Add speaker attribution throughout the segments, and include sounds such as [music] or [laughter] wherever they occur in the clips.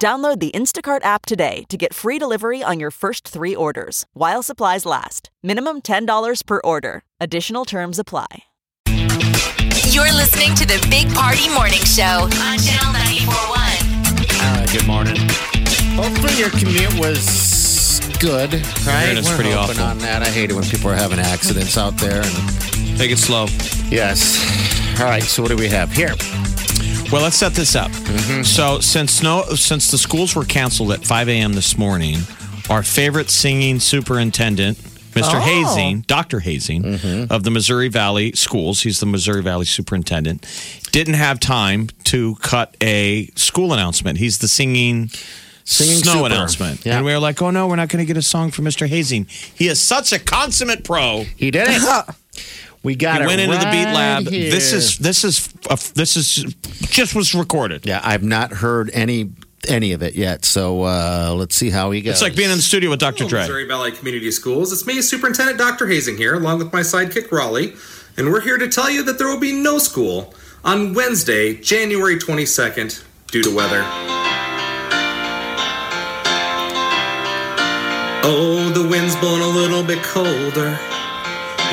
Speaker 1: Download the Instacart app today to get free delivery on your first three orders while supplies last. Minimum $10 per order. Additional terms apply.
Speaker 2: You're listening to the Big Party Morning Show on Channel 941.
Speaker 3: Uh, good morning.
Speaker 4: Hopefully your commute was good, right?
Speaker 3: hearing it's
Speaker 4: We're
Speaker 3: pretty
Speaker 4: hoping
Speaker 3: awful.
Speaker 4: on that. I hate it when people are having accidents out there. And
Speaker 3: Take it slow.
Speaker 4: yes. All right. So what do we have here?
Speaker 3: Well, let's set this up.
Speaker 4: Mm-hmm.
Speaker 3: So, since snow, since the schools were canceled at 5 a.m. this morning, our favorite singing superintendent,
Speaker 4: Oh.
Speaker 3: Mr. Hazing, Dr. Hazing
Speaker 4: Mm-hmm.
Speaker 3: of the Missouri Valley Schools, he's the Missouri Valley superintendent, didn't have time to cut a school announcement. He's the singing.
Speaker 4: Singing
Speaker 3: snow
Speaker 4: super.
Speaker 3: announcement.
Speaker 4: Yeah.
Speaker 3: And we were like, oh no, we're not going to get a song from Mr. Hazing. He is such a consummate pro.
Speaker 4: He did it. We got
Speaker 3: He
Speaker 4: it.
Speaker 3: went into the beat
Speaker 4: right
Speaker 3: lab.
Speaker 4: here.
Speaker 3: This is this is uh, this is just was recorded.
Speaker 4: Yeah, I've not heard any any of it yet. So uh, let's see how he goes.
Speaker 3: It's like being in the studio with Dr.
Speaker 5: Hello,
Speaker 3: Dre.
Speaker 5: Missouri Valley Community Schools. It's me, Superintendent Dr. Hazing here, along with my sidekick Raleigh, and we're here to tell you that there will be no school on Wednesday, January 22nd, due to weather. Oh, the wind's blowing a little bit colder.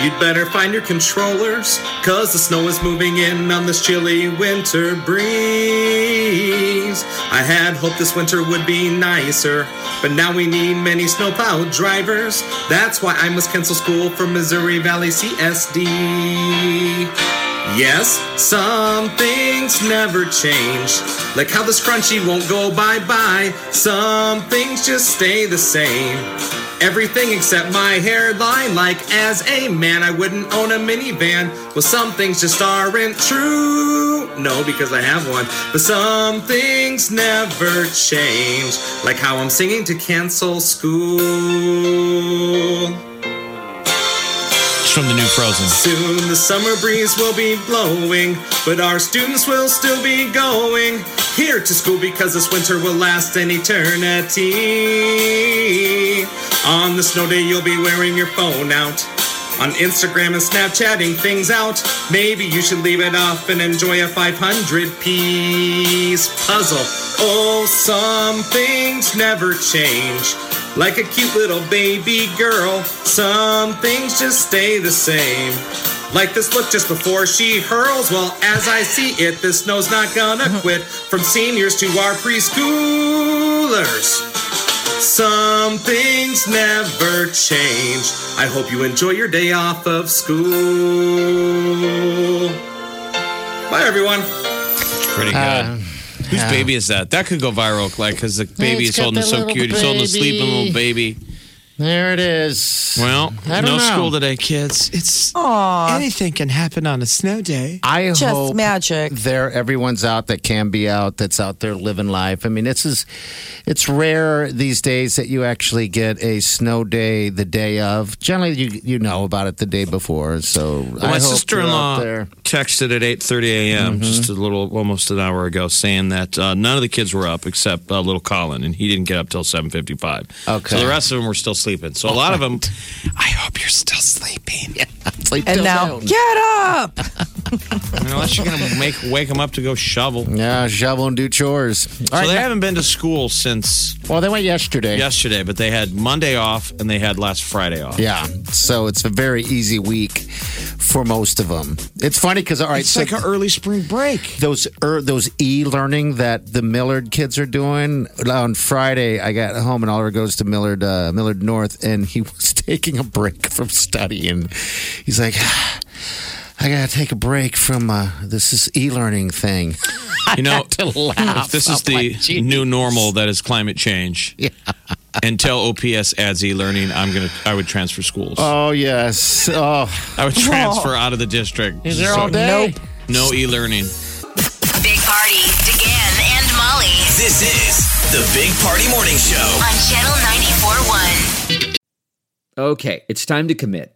Speaker 5: You'd better find your controllers, cause the snow is moving in on this chilly winter breeze. I had hoped this winter would be nicer, but now we need many snowplow drivers. That's why I must cancel school for Missouri Valley CSD. Yes, some things never change. Like how this crunchy won't go bye bye. Some things just stay the same. Everything except my hairline. Like, as a man, I wouldn't own a minivan. Well, some things just aren't true. No, because I have one. But some things never change. Like how I'm singing to cancel school.
Speaker 3: It's from the new Frozen.
Speaker 5: Soon the summer breeze will be blowing, but our students will still be going here to school because this winter will last an eternity. On the snow day, you'll be wearing your phone out. On Instagram and Snapchatting things out. Maybe you should leave it off and enjoy a 500 piece puzzle. Oh, some things never change. Like a cute little baby girl, some things just stay the same. Like this look just before she hurls. Well, as I see it, this snow's not gonna quit. From seniors to our preschoolers, some things never change. I hope you enjoy your day off of school. Bye, everyone.
Speaker 3: It's pretty good. Whose baby is that? That could go viral, like, because the baby
Speaker 4: It's
Speaker 3: is
Speaker 4: got
Speaker 3: holding it
Speaker 4: the
Speaker 3: so
Speaker 4: little
Speaker 3: cute. He's holding a
Speaker 4: baby.
Speaker 3: sleeping little baby.
Speaker 4: there it is.
Speaker 3: Well,
Speaker 4: I don't
Speaker 3: no
Speaker 4: know.
Speaker 3: school today, kids. It's anything can happen on a snow day.
Speaker 4: I hope
Speaker 6: magic.
Speaker 4: there everyone's out that can be out that's out there living life. I mean, this is it's rare these days that you actually get a snow day the day of. Generally, you you know about it the day before. So I
Speaker 3: my
Speaker 4: hope you're out
Speaker 3: sister-in-law
Speaker 4: there.
Speaker 3: texted at 8.30 a.m., just a little, almost an hour ago, saying that uh, none of the kids were up except uh, little Colin, and he didn't get up till 7.55.
Speaker 4: Okay.
Speaker 3: So the rest of them were still sleeping. So a lot of them, I hope you're still sleeping.
Speaker 4: Sleep
Speaker 6: And
Speaker 4: till
Speaker 6: now,
Speaker 4: noon.
Speaker 6: get up.
Speaker 3: Unless you're going to make wake them up to go shovel.
Speaker 4: yeah, shovel and do chores. All
Speaker 3: So
Speaker 4: right.
Speaker 3: they haven't been to school since
Speaker 4: well, they went yesterday.
Speaker 3: yesterday, but they had Monday off and they had last Friday off.
Speaker 4: Yeah, so it's a very easy week for most of them. It's funny because all right,
Speaker 3: It's
Speaker 4: so
Speaker 3: like an early spring break.
Speaker 4: those er, those e learning that the Millard kids are doing on Friday. I got home and Oliver goes to Millard uh, Millard North, and he [laughs] was taking a break from studying. He's like, I gotta take a break from uh, this is e learning thing. [laughs]
Speaker 3: You know,
Speaker 4: to laugh.
Speaker 3: if this is
Speaker 4: I'm
Speaker 3: the
Speaker 4: like, "Gee."
Speaker 3: new normal that is climate change, until OPS adds e-learning, I'm gonna I would transfer schools.
Speaker 4: Oh yes, oh
Speaker 3: I would transfer out of the district.
Speaker 4: he's there all
Speaker 3: So,
Speaker 4: day.
Speaker 3: No e-learning.
Speaker 2: Big Party, DeGan, and Molly
Speaker 7: This is the Big Party Morning Show.
Speaker 2: on Channel
Speaker 6: Okay, it's time to commit.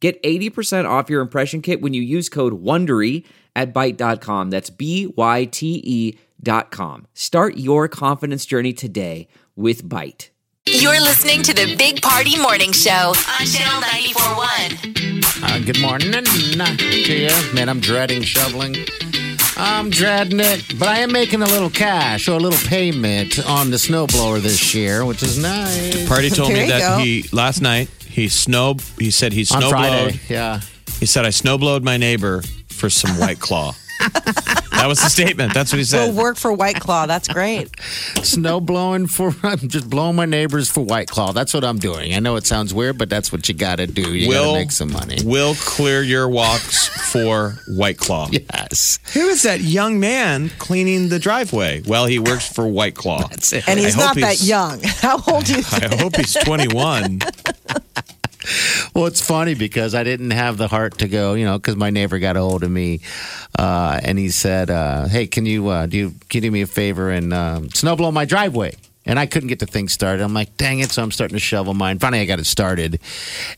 Speaker 6: Get 80% off your impression kit when you use code WONDERY at Byte.com. That's B-Y-T-E E dot com. Start your confidence journey today with Byte.
Speaker 2: You're listening to the Big Party Morning Show on Channel 941.
Speaker 4: Uh, good morning to you. Man, I'm dreading shoveling. I'm dreading it, but I am making a little cash or a little payment on the snowblower this year, which is nice.
Speaker 3: Party told
Speaker 7: There
Speaker 3: me
Speaker 7: you
Speaker 3: that
Speaker 7: go.
Speaker 3: he last night he snow he said he
Speaker 4: On Friday,
Speaker 3: snowblowed.
Speaker 4: yeah.
Speaker 3: He said I snowblowed my neighbor for some
Speaker 4: [laughs]
Speaker 3: white claw. that was the statement. That's what he
Speaker 7: We'll
Speaker 3: said.
Speaker 7: work for White Claw. That's great.
Speaker 4: Snow blowing for, [laughs] I'm just blowing my neighbors for White Claw. That's what I'm doing. I know it sounds weird, but that's what you got to do. You got
Speaker 3: will
Speaker 4: to make some
Speaker 3: [laughs]
Speaker 4: money.
Speaker 3: Will clear your walks for White [laughs] Claw.
Speaker 4: Yes.
Speaker 3: Who is that young man cleaning the driveway? Well, he works for White Claw. [laughs] That's it.
Speaker 7: And
Speaker 3: I
Speaker 7: he's
Speaker 3: hope
Speaker 7: not that
Speaker 3: he's-
Speaker 7: young. [laughs] How old do
Speaker 3: [laughs]
Speaker 7: you think?
Speaker 3: I hope he's [laughs] 21.
Speaker 4: Well, it's funny because I didn't have the heart to go, you know, because my neighbor got a hold of me, uh, and he said, uh, "Hey, can you uh, do you, can you do me a favor and um, snow blow my driveway?" And I couldn't get the thing started. I'm like, "Dang it!" So I'm starting to shovel mine. Finally, I got it started,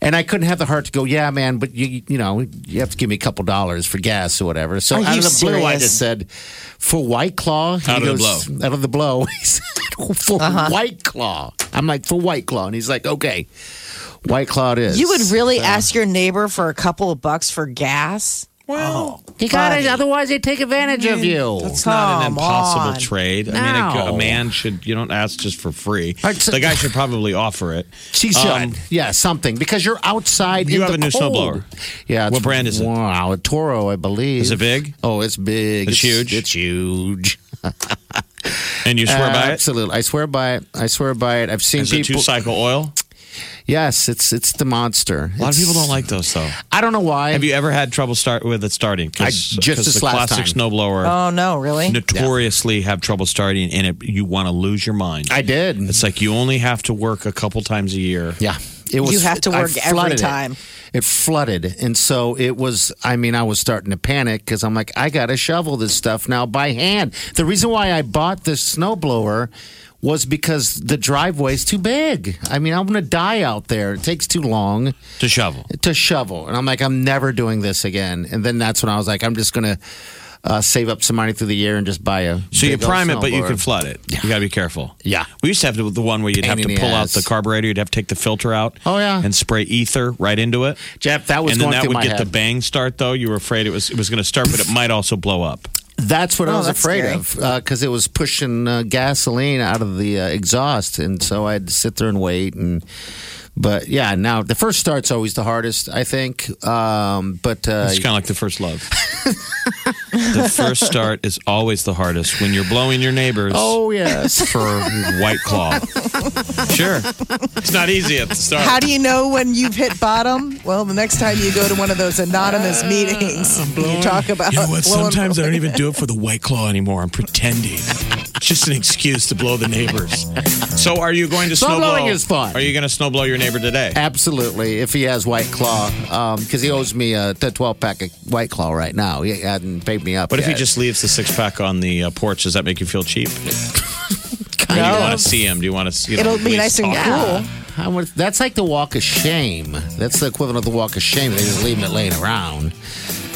Speaker 4: and I couldn't have the heart to go, "Yeah, man," but you you know you have to give me a couple dollars for gas or whatever. So
Speaker 7: Are
Speaker 4: out
Speaker 7: you
Speaker 4: of the blue, I
Speaker 7: serious?
Speaker 4: just said, "For White Claw." And
Speaker 3: Out
Speaker 4: he
Speaker 3: of the
Speaker 4: goes,
Speaker 3: blow.
Speaker 4: Out of the blow, [laughs] he said, "For
Speaker 7: Uh-huh.
Speaker 4: White Claw." I'm like, "For White Claw," and he's like, "Okay." White Claw it is.
Speaker 7: You would really ask your neighbor for a couple of bucks for gas?
Speaker 3: Well,
Speaker 4: You got it. Otherwise, they take advantage of you.
Speaker 3: it's not an
Speaker 7: Come
Speaker 3: impossible
Speaker 7: on.
Speaker 3: trade. I mean, a, go-
Speaker 4: No.
Speaker 3: a man should, you don't ask just for free.
Speaker 4: All right, so-
Speaker 3: the guy should probably offer it.
Speaker 4: She should.
Speaker 3: Um,
Speaker 4: yeah, something. Because you're outside. in
Speaker 3: You have
Speaker 4: the
Speaker 3: a new
Speaker 4: cold.
Speaker 3: snowblower.
Speaker 4: Yeah. it's-
Speaker 3: What brand is it?
Speaker 4: Wow, a Toro, I believe.
Speaker 3: Is it big?
Speaker 4: Oh, it's big.
Speaker 3: It's huge?
Speaker 4: It's huge.
Speaker 3: And you swear by it?
Speaker 4: Absolutely. I swear by it. I swear by it. I've seen
Speaker 3: Is it two
Speaker 4: people.
Speaker 3: cycle oil?
Speaker 4: yes, it's it's the monster.
Speaker 3: A lot of people don't like those, though.
Speaker 4: I don't know why.
Speaker 3: Have you ever had trouble start with it starting?
Speaker 4: I-
Speaker 3: 'Cause-
Speaker 4: just
Speaker 3: 'cause
Speaker 4: this
Speaker 3: the
Speaker 4: last
Speaker 3: classic
Speaker 4: time.
Speaker 3: snowblower
Speaker 7: Oh, no, really?
Speaker 3: notoriously have trouble starting, and it, you want to lose your mind.
Speaker 4: I did.
Speaker 3: It's like you only have to work a couple times a year.
Speaker 4: Mm-hmm. Yeah. It was
Speaker 7: You have to
Speaker 4: I
Speaker 7: work every
Speaker 4: flooded it.
Speaker 7: time.
Speaker 4: It. flooded. And so it was I mean, I was starting to panic because I'm like, I gotta shovel this stuff now by hand. The reason why I bought this snowblower was because the driveway's too big. I mean, I'm gonna die out there. It takes too long
Speaker 3: To shovel.
Speaker 4: to shovel. And I'm like, I'm never doing this again. And then that's when I was like, I'm just gonna uh, save up some money through the year and just buy a
Speaker 3: So you
Speaker 4: big old
Speaker 3: prime it, but you
Speaker 4: snowblower.
Speaker 3: can flood it. You got to be careful.
Speaker 4: Yeah.
Speaker 3: We used to have the, the one where you'd
Speaker 4: Pain
Speaker 3: have
Speaker 4: in
Speaker 3: to
Speaker 4: the
Speaker 3: pull
Speaker 4: ass.
Speaker 3: out the carburetor, you'd have to take the filter out.
Speaker 4: Oh, yeah.
Speaker 3: And spray ether right into it.
Speaker 4: Jeff, that was
Speaker 3: and then
Speaker 4: going
Speaker 3: that
Speaker 4: through
Speaker 3: would
Speaker 4: my
Speaker 3: get the
Speaker 4: head.
Speaker 3: bang start, though. You were afraid it was it was going to start, but it might also blow up.
Speaker 4: That's what I
Speaker 7: Oh,
Speaker 4: was
Speaker 7: that's
Speaker 4: afraid
Speaker 7: scary.
Speaker 4: of because it was pushing uh, gasoline out of the uh, exhaust, and so I had to sit there and wait. And but yeah, now the first start's always the hardest, I think. Um, but uh,
Speaker 3: It's kind of like the
Speaker 4: [laughs]
Speaker 3: first love. the first start is always the hardest when you're blowing your neighbors
Speaker 4: oh yes,
Speaker 3: [laughs] for white
Speaker 4: [laughs]
Speaker 3: claw. sure, it's not easy at the start.
Speaker 7: How do you know when you've hit bottom? Well, the next time you go to one of those anonymous meetings, you talk about
Speaker 3: You know what?
Speaker 7: blowing-
Speaker 3: Sometimes I don't even do it
Speaker 7: [laughs]
Speaker 3: for the white claw anymore. I'm pretending. It's just an excuse to blow the neighbors. So, are you going to
Speaker 4: Snow
Speaker 3: snow
Speaker 4: blowing
Speaker 3: blow?
Speaker 4: is fun.
Speaker 3: Are you going to snow blow your neighbor today?
Speaker 7: Uh,
Speaker 4: absolutely. If he has White Claw, because he owes me a twelve pack of White Claw right now. He hadn't paid me up.
Speaker 3: What if he
Speaker 4: yet.
Speaker 3: just leaves the six pack on the uh, porch? Does that make you feel cheap? Or do you
Speaker 7: of.
Speaker 3: want to see him? Do you want to? You know,
Speaker 7: It'll
Speaker 3: at
Speaker 7: be
Speaker 3: least
Speaker 7: nice and
Speaker 3: talk?
Speaker 7: cool.
Speaker 4: I would, that's like the walk of shame. That's the equivalent of the walk of shame. They just leaving it laying around.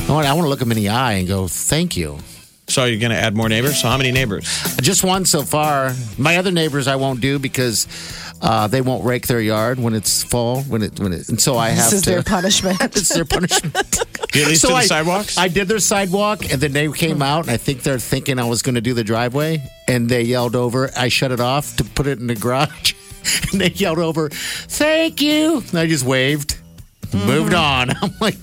Speaker 4: I want, I want to look him in the eye and go, "Thank you."
Speaker 3: So, are you going to add more neighbors? So, how many neighbors?
Speaker 4: Just one so far. My other neighbors I won't do because uh, they won't rake their yard when it's fall. When it when it and so I have
Speaker 7: This is
Speaker 4: to. [laughs]
Speaker 7: their punishment.
Speaker 4: it's their
Speaker 3: [laughs]
Speaker 4: punishment.
Speaker 3: You at least
Speaker 4: so
Speaker 3: do the
Speaker 4: I,
Speaker 3: sidewalks.
Speaker 4: I did their sidewalk, and then they
Speaker 7: Hmm.
Speaker 4: came out, and I think they're thinking I was going to do the driveway, and they yelled over. I shut it off to put it in the garage, [laughs] and they yelled over, "Thank you!" And I just waved,
Speaker 7: Hmm.
Speaker 4: moved on. [laughs] I'm like,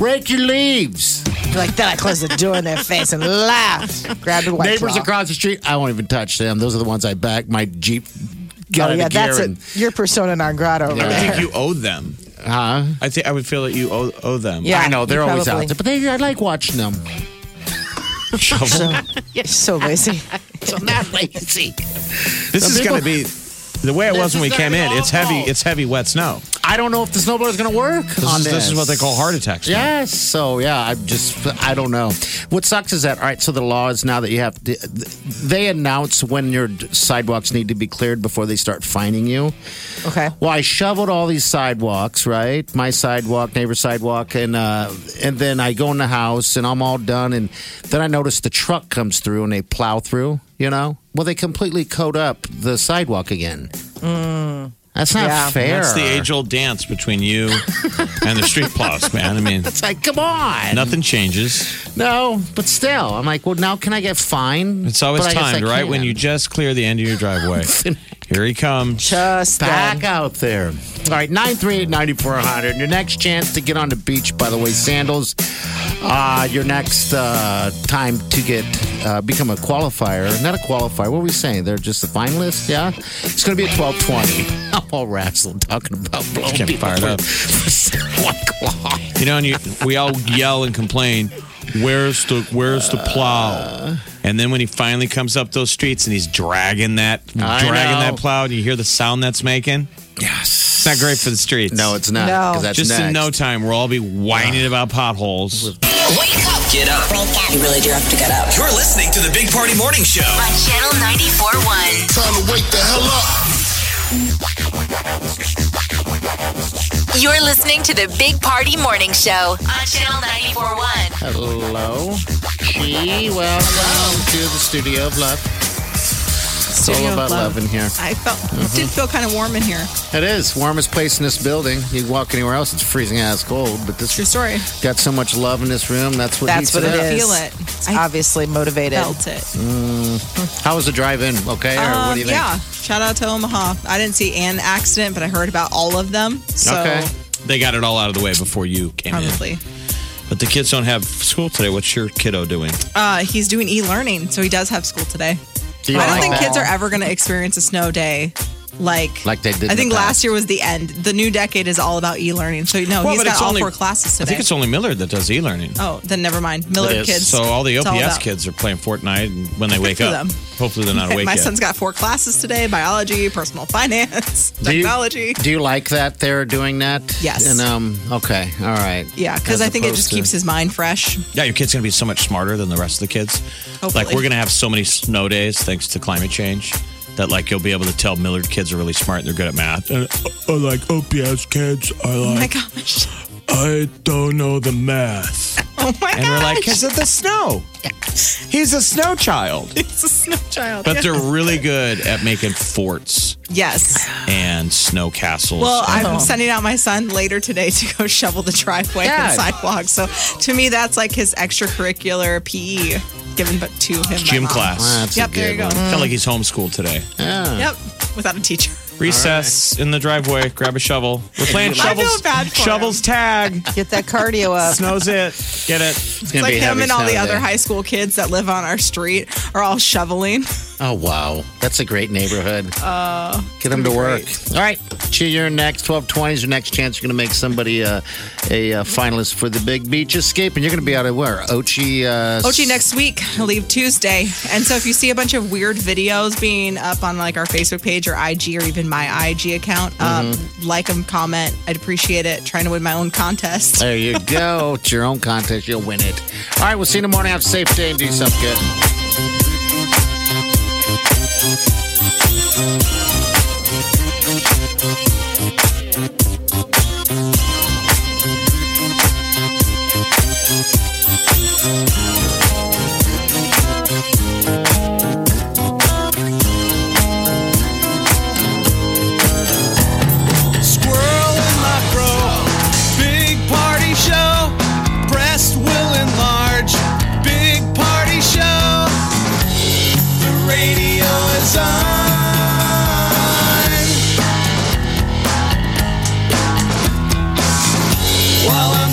Speaker 4: rake your leaves.
Speaker 7: like that, I closed the door in their face and laughed. Grabbed a white
Speaker 4: neighbors
Speaker 7: claw.
Speaker 4: across the street. I won't even touch them. Those are the ones I back. My Jeep got
Speaker 7: Oh
Speaker 4: out
Speaker 7: yeah,
Speaker 4: of gear.
Speaker 7: that's
Speaker 4: and
Speaker 7: it. Your persona non grata over
Speaker 3: I
Speaker 7: there.
Speaker 3: think you owe them.
Speaker 4: Huh?
Speaker 3: I think I would feel that you owe, owe them.
Speaker 7: Uh-huh. Yeah,
Speaker 4: I know they're
Speaker 7: you
Speaker 4: always
Speaker 7: probably-
Speaker 4: out there, but they, I like watching them.
Speaker 3: Shovel.
Speaker 7: So lazy.
Speaker 4: So not lazy.
Speaker 3: This
Speaker 4: Some
Speaker 3: is
Speaker 4: people-
Speaker 3: going to be the way it was when we
Speaker 4: is gonna
Speaker 3: came
Speaker 4: be
Speaker 3: in. It's heavy.
Speaker 4: awful.
Speaker 3: It's heavy wet snow.
Speaker 4: I don't know if the snowblower is going to work
Speaker 3: This
Speaker 4: on
Speaker 3: is,
Speaker 4: this.
Speaker 3: this is what they call heart attacks. now.
Speaker 4: Yes. So yeah, I just I don't know. What sucks is that all right. So the law is now that you have to, they announce when your sidewalks need to be cleared before they start fining you.
Speaker 7: Okay.
Speaker 4: Well, I shoveled all these sidewalks, right? My sidewalk, neighbor's sidewalk, and uh, and then I go in the house and I'm all done, and then I notice the truck comes through and they plow through. You know, well they completely coat up the sidewalk again. That's not
Speaker 7: Yeah.
Speaker 4: fair.
Speaker 3: That's the age old dance between you and the street plows, man. I
Speaker 4: [laughs]
Speaker 3: mean,
Speaker 4: It's like, come on.
Speaker 3: nothing changes.
Speaker 4: No, but still, I'm like, well, now can I get fined?
Speaker 3: It's always
Speaker 4: But I guess
Speaker 3: timed,
Speaker 4: I
Speaker 3: right?
Speaker 4: can.
Speaker 3: When you just clear the end of your
Speaker 4: [laughs]
Speaker 3: driveway. Here he comes.
Speaker 7: Just
Speaker 4: back
Speaker 7: then.
Speaker 4: out there. All right, 938 9400. Your next chance to get on the beach, by the way, sandals. Uh, your next uh, time to get uh, become a qualifier. Not a qualifier. What were we saying? They're just a finalist? Yeah? It's going to be at 1220. [laughs] I'm all razzled talking about blowing
Speaker 3: Getting
Speaker 4: people
Speaker 3: fired
Speaker 4: for-
Speaker 3: up.
Speaker 4: for sidewalk law.
Speaker 3: You know, and you, we all yell and complain. Where's the Where's the plow? And then when he finally comes up those streets and he's dragging that
Speaker 4: I
Speaker 3: dragging
Speaker 4: know.
Speaker 3: that plow, and you hear the sound that's making.
Speaker 4: [laughs] Yes.
Speaker 3: It's not great for the streets.
Speaker 4: No, it's not.
Speaker 7: No.
Speaker 4: 'cause That's
Speaker 3: just
Speaker 4: next.
Speaker 3: in no time we'll all be whining about potholes.
Speaker 2: Wake up
Speaker 8: Get up.
Speaker 9: You really do have to get up.
Speaker 8: You're listening to the Big Party Morning Show.
Speaker 2: on Channel 94.1.
Speaker 10: Time to wake the hell up.
Speaker 2: You're listening to the Big Party Morning Show on Channel 94.1.
Speaker 4: Hello. She, welcome to the studio of love. It's all about love. in here.
Speaker 11: I felt it did feel kind of warm in here.
Speaker 4: It is warmest place in this building. You walk anywhere else, it's freezing ass cold. But this
Speaker 11: True story.
Speaker 4: got so much love in this room. That's what.
Speaker 7: That's
Speaker 4: heats
Speaker 7: what
Speaker 4: it
Speaker 7: it
Speaker 4: up.
Speaker 7: is.
Speaker 11: Feel it. I
Speaker 7: Obviously motivated.
Speaker 11: felt it.
Speaker 4: How was the drive-in? Okay, or what
Speaker 11: Um,
Speaker 4: do you think?
Speaker 11: yeah. Shout out to Omaha. I didn't see an accident, but I heard about all of them. So
Speaker 4: Okay.
Speaker 3: They got it all out of the way before you came in.
Speaker 11: probably.
Speaker 3: But the kids don't have school today. What's your kiddo doing?
Speaker 11: Uh, he's doing e-learning, so he does have school today.
Speaker 4: Do you
Speaker 11: I don't
Speaker 4: like
Speaker 11: think
Speaker 4: that?
Speaker 11: kids are ever going to experience a snow day. Like,
Speaker 4: Like they did in
Speaker 11: I
Speaker 4: the
Speaker 11: think
Speaker 4: past.
Speaker 11: last year was the end. The new decade is all about e-learning. So no,
Speaker 3: Well,
Speaker 11: he's
Speaker 3: but
Speaker 11: got
Speaker 3: it's
Speaker 11: all
Speaker 3: only-
Speaker 11: four classes
Speaker 3: I
Speaker 11: today.
Speaker 3: think it's only Miller that does e-learning.
Speaker 11: oh, then never mind. Millard
Speaker 4: It is.
Speaker 11: kids.
Speaker 3: So all the
Speaker 11: It's
Speaker 3: OPS
Speaker 11: about-
Speaker 3: kids are playing Fortnite and when they
Speaker 11: Good
Speaker 3: wake
Speaker 11: for
Speaker 3: up.
Speaker 11: them.
Speaker 3: Hopefully they're not awake
Speaker 11: [laughs] [laughs] My
Speaker 3: yet.
Speaker 11: son's got four classes today: biology, personal finance,
Speaker 4: Do you-
Speaker 11: technology.
Speaker 4: Do you like that they're doing that?
Speaker 11: Yes.
Speaker 4: And um, okay, all right.
Speaker 11: Yeah,
Speaker 4: As
Speaker 11: because I think it just
Speaker 4: opposed to-
Speaker 11: keeps his mind fresh.
Speaker 3: yeah, your kid's going to be so much smarter than the rest of the kids.
Speaker 11: Hopefully.
Speaker 3: Like we're going to have so many snow days thanks to climate change that like you'll be able to tell Millard kids are really smart and they're good at math. And
Speaker 12: I like OPS kids. I
Speaker 11: Oh my
Speaker 12: like.
Speaker 11: gosh!
Speaker 12: I don't know the math.
Speaker 11: [laughs] Oh my gosh!
Speaker 3: we're like, because of the snow. He's a snow child.
Speaker 11: [laughs] it's a snow child.
Speaker 3: But they're
Speaker 11: Yeah.
Speaker 3: really good at making forts
Speaker 11: yes.
Speaker 3: and snow castles.
Speaker 11: Well,
Speaker 3: and
Speaker 11: I'm sending out my son later today to go [laughs] shovel the driveway
Speaker 4: Yeah.
Speaker 11: and sidewalk. So to me, that's like his extracurricular PE given but to him.
Speaker 3: gym
Speaker 11: by mom.
Speaker 3: class.
Speaker 4: That's a
Speaker 11: Yep, there
Speaker 4: good
Speaker 11: you go.
Speaker 4: one.
Speaker 3: Felt like he's homeschooled today.
Speaker 4: Yeah.
Speaker 11: Yep, without a teacher.
Speaker 3: Recess in the driveway, grab a shovel. We're playing
Speaker 11: I feel
Speaker 3: shovels.
Speaker 11: bad for
Speaker 3: shovels tag.
Speaker 7: Get that cardio
Speaker 11: [laughs]
Speaker 7: up.
Speaker 3: Snow's it. Get it.
Speaker 4: It's gonna
Speaker 11: Like
Speaker 4: be a
Speaker 11: him
Speaker 4: heavy
Speaker 11: and all the
Speaker 4: snow
Speaker 11: other
Speaker 4: day.
Speaker 11: high school kids that live on our street are all shoveling.
Speaker 4: Oh wow, that's a great neighborhood. Uh, Get them to work. All right, Chi, you're next. Twelve twenty is your next chance. You're going to make somebody uh, a uh, finalist for the Big Beach Escape, and you're going to be out of where? Ochi. Uh,
Speaker 11: Ochi next week. I leave Tuesday. And so if you see a bunch of weird videos being up on like our Facebook page or IG or even my IG account, um, like them, comment. I'd appreciate it. Trying to win my own contest.
Speaker 4: There you go. it's your own contest. You'll win it. All right, we'll see you in the morning. Have a safe day and do something good.
Speaker 8: Squirrel in my bro. Big party show. Breast will enlarge. Big party show. The radio is on. While I'm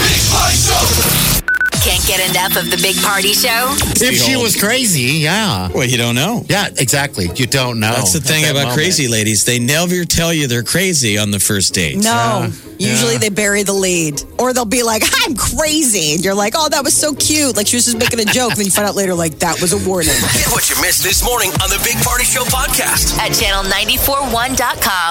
Speaker 13: Big Party Show.
Speaker 2: Can't get enough of the Big Party Show?
Speaker 4: If she was crazy, yeah.
Speaker 3: Well, you don't know.
Speaker 4: Yeah, exactly. You don't know.
Speaker 11: Oh,
Speaker 3: That's the
Speaker 4: at
Speaker 3: thing
Speaker 4: that
Speaker 3: about
Speaker 4: moment.
Speaker 3: crazy ladies. They never tell you they're crazy on the first date.
Speaker 14: No.
Speaker 3: Usually
Speaker 14: they bury the lead.
Speaker 7: Or they'll be like, I'm crazy. And you're like, oh, that was so cute. Like she was just making a joke. then you find out later, like, that was a warning.
Speaker 5: Get what you missed this morning on the Big Party Show podcast.
Speaker 2: At channel941.com.